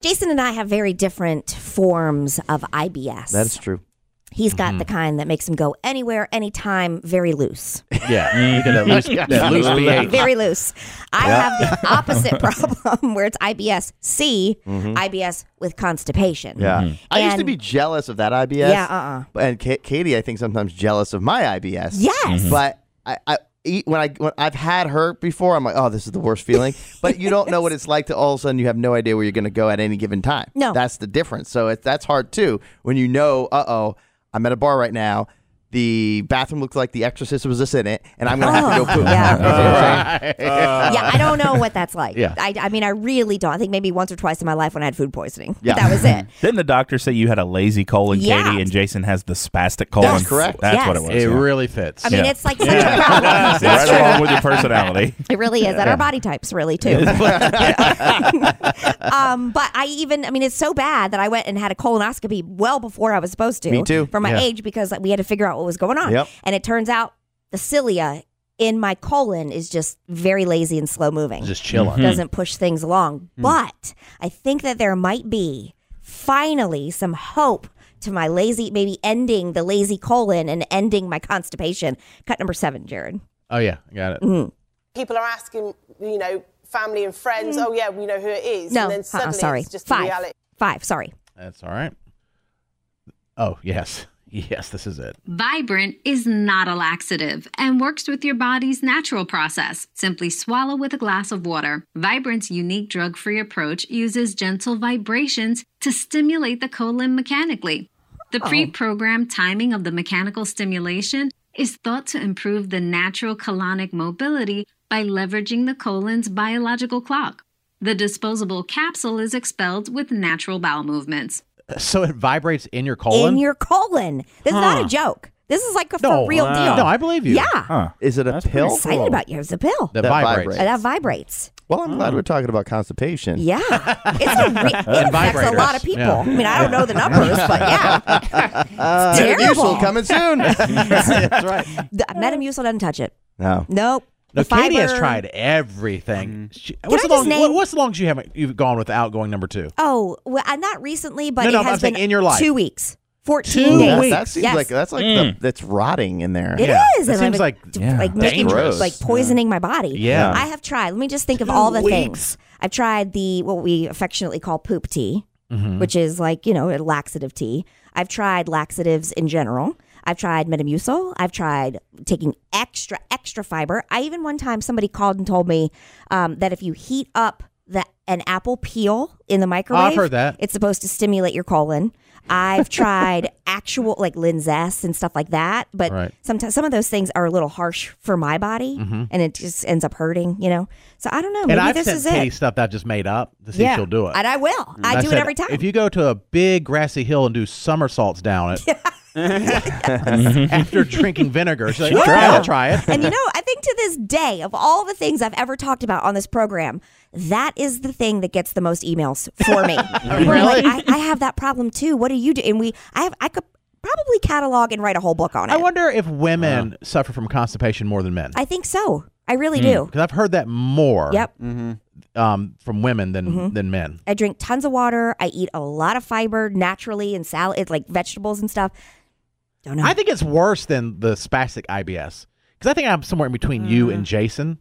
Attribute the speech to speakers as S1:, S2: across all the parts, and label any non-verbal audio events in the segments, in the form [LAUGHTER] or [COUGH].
S1: Jason and I have very different forms of IBS.
S2: That's Mm-hmm. true.
S1: He's got the kind that makes him go anywhere, anytime, very loose.
S2: Yeah. You got
S1: [LAUGHS]
S2: that loose, that loose pH.
S1: Very loose. I have
S2: [LAUGHS]
S1: the opposite problem [LAUGHS] where it's IBS C, IBS with constipation.
S2: Mm-hmm. Yeah. I used to
S1: And-
S2: be jealous of that IBS.
S1: Yeah, uh-uh.
S2: But- And Ka- Katie, I think sometimes jealous of my IBS.
S1: Yes. Mhm.
S2: But I, I eat when I when I've had her before. I'm like, oh, this is the worst
S1: [LAUGHS]
S2: feeling. but you don't know what it's like to all of a sudden you have no idea where you're going to go at any given time.
S1: No.
S2: That's the difference. So it, that's hard too when you know, uh oh, I'm at a bar right now. The bathroom looks like The Exorcist was just in it, and I'm gonna have to go
S1: Oh,
S2: poop.
S1: yeah.
S2: You know what I'm
S1: [LAUGHS]
S2: saying?
S1: yeah, I don't know what that's
S2: [LAUGHS]
S1: like.
S3: Yeah.
S1: I, I mean, I really don't. I think maybe once or twice in my life when I had food poisoning.
S2: Yeah.
S1: But that was it.
S4: Didn't the doctor say you had a lazy colon,
S1: Yeah.
S4: Katie, and Jason has the spastic colon?
S2: correct.
S4: That's
S1: Yes.
S4: what it was.
S3: It
S4: yeah.
S3: really fits.
S1: I mean,
S4: Yeah.
S1: it's like such a problem.
S4: It's right along with
S3: [LAUGHS]
S4: your personality.
S1: It really is. And our body types, really, too. [LAUGHS] um, but I even, I mean, it's so bad that I went and had a colonoscopy well before I was supposed to.
S2: Me too.
S1: For my
S3: Yeah.
S1: age, because like, we had to figure out what was going on.
S2: Yep.
S1: And it turns out the cilia in my colon is just very lazy and slow moving.
S3: Just chilling.
S2: Hmm.
S1: doesn't push things along. But I think that there might be finally some hope to my lazy, maybe ending the lazy colon and ending my constipation. Cut number seven, Jared.
S3: Oh yeah, I got it.
S1: Mm-hmm.
S5: people are asking, you know, family and friends, oh yeah, we know who it is.
S1: Mm. No,
S5: and then
S1: uh-uh,
S5: suddenly
S1: sorry.
S5: it's just the
S1: Five.
S5: reality.
S1: Five, sorry.
S3: That's all right. Oh yes, [LAUGHS] yes, this is it.
S6: Vibrant is not a laxative and works with your body's natural process. Simply swallow with a glass of water. Vibrant's unique drug free approach uses gentle vibrations to stimulate the colon mechanically. The pre programmed timing of the mechanical stimulation is thought to improve the natural colonic mobility by leveraging the colon's biological clock. The disposable capsule is expelled with natural bowel movements.
S3: So it vibrates in your colon.
S1: In your colon. This is not a joke. This is like a
S3: no,
S1: for real deal.
S3: No, I believe you.
S1: Yeah.
S2: Is it a
S4: pretty
S2: pill?
S1: Excited about you. It's a pill.
S3: that,
S2: That
S3: vibrates.
S1: Uh,
S2: vibrates.
S1: that vibrates.
S2: Well, I'm glad we're talking about constipation.
S3: [LAUGHS]
S1: Yeah. It's a re- it affects a
S3: vibrators.
S1: lot of people.
S3: Yeah.
S1: I mean, I don't know the numbers,
S3: [LAUGHS]
S1: but yeah. It's terrible.
S2: Usual Uh,
S1: [LAUGHS]
S2: coming soon. That's right.
S1: The- Metamucil doesn't touch it.
S2: No.
S1: Nope.
S3: No,
S1: The
S3: Katie has
S1: fiber-
S3: tried everything. She- what's,
S1: I
S3: the long,
S1: just name-
S3: what- what's the longest you haven't you've gone without going number two?
S1: Oh, well, uh, not recently, but
S3: No, no,
S1: it
S3: I'm
S1: has
S3: saying
S1: been
S3: in your life.
S1: two weeks, fourteen
S3: Two
S1: days.
S2: That,
S3: weeks.
S2: that seems
S1: Yes.
S2: like that's like the, that's rotting in there.
S1: It
S3: Mm. Yeah.
S1: is.
S3: It
S1: and
S3: seems
S1: I'm,
S3: like-
S1: d-
S4: Yeah.
S1: like making,
S2: Dangerous.
S1: like poisoning my body.
S3: Yeah.
S1: I have tried. Let me just think of all the things I've tried. The what we affectionately call poop tea,
S3: Mm-hmm.
S1: which is like you know a laxative tea. I've tried laxatives in general. I've tried Metamucil. I've tried taking extra extra fiber. I even one time somebody called and told me um, that if you heat up the an apple peel in the microwave,
S3: heard that.
S1: it's supposed to stimulate your colon. I've
S3: [LAUGHS]
S1: tried actual like Linzess and stuff like that, but
S3: Right. Mm-hmm.
S1: sometimes some of those things are a little harsh for my body, and it just ends up hurting, you know. So I don't know. Maybe
S3: and I've
S1: this
S3: sent
S1: is
S3: Katie
S1: it.
S3: stuff that I just made up to see if she'll do it.
S1: and I will. I,
S3: I
S1: do
S3: said,
S1: it every time.
S3: If you [LAUGHS] go to a big grassy hill and do somersaults down
S1: [LAUGHS]
S3: it after drinking vinegar, she's like, "Oh, yeah, I'll try it.
S1: and you know, I think to this day, of all the things I've ever talked about on this program, that is the thing that gets the most emails for
S3: [LAUGHS]
S1: me. People are like, I, I have that problem too. What do you do? And we, I have, I could probably catalog and write a whole book on it.
S3: I wonder if women suffer from constipation more than men.
S1: I think so. I really do.
S3: Because I've heard that more
S1: Yep. Mm-hmm.
S3: um, from women than than men.
S1: I drink tons of water. I eat a lot of fiber naturally and salad, it's like vegetables and stuff. Don't know.
S3: I think it's worse than the spastic IBS. Because I think I'm somewhere in between you
S1: Mm.
S3: and Jason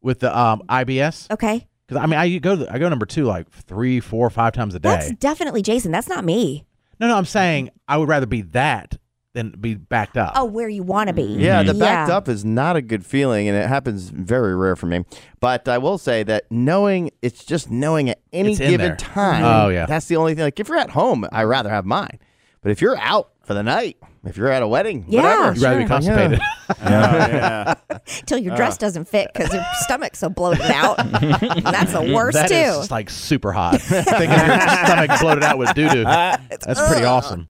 S3: with the um, IBS.
S1: okay.
S3: Because I mean, I go I go number two like three, four, five times a day.
S1: That's definitely Jason. That's not me.
S3: no, no, I'm saying I would rather be that than be backed up.
S1: Oh, where you want to be.
S2: Yeah,
S3: Mm-hmm.
S2: the backed
S1: Yeah.
S2: up is not a good feeling, and it happens very rare for me. But I will say that knowing it's just knowing at any
S3: It's in
S2: given
S3: there.
S2: time.
S3: Oh, yeah.
S2: that's the only thing. Like if you're at home, I rather have mine. But if you're out for the night, if you're at a wedding,
S1: Yeah.
S2: whatever,
S3: You'd rather be constipated.
S1: Till your
S2: Uh.
S1: dress doesn't fit because
S2: [LAUGHS]
S1: your stomach's so bloated out. That's the worst
S3: [LAUGHS] That
S1: too.
S3: is, like super hot. Thinking your stomach bloated out with doo doo. That's pretty awesome.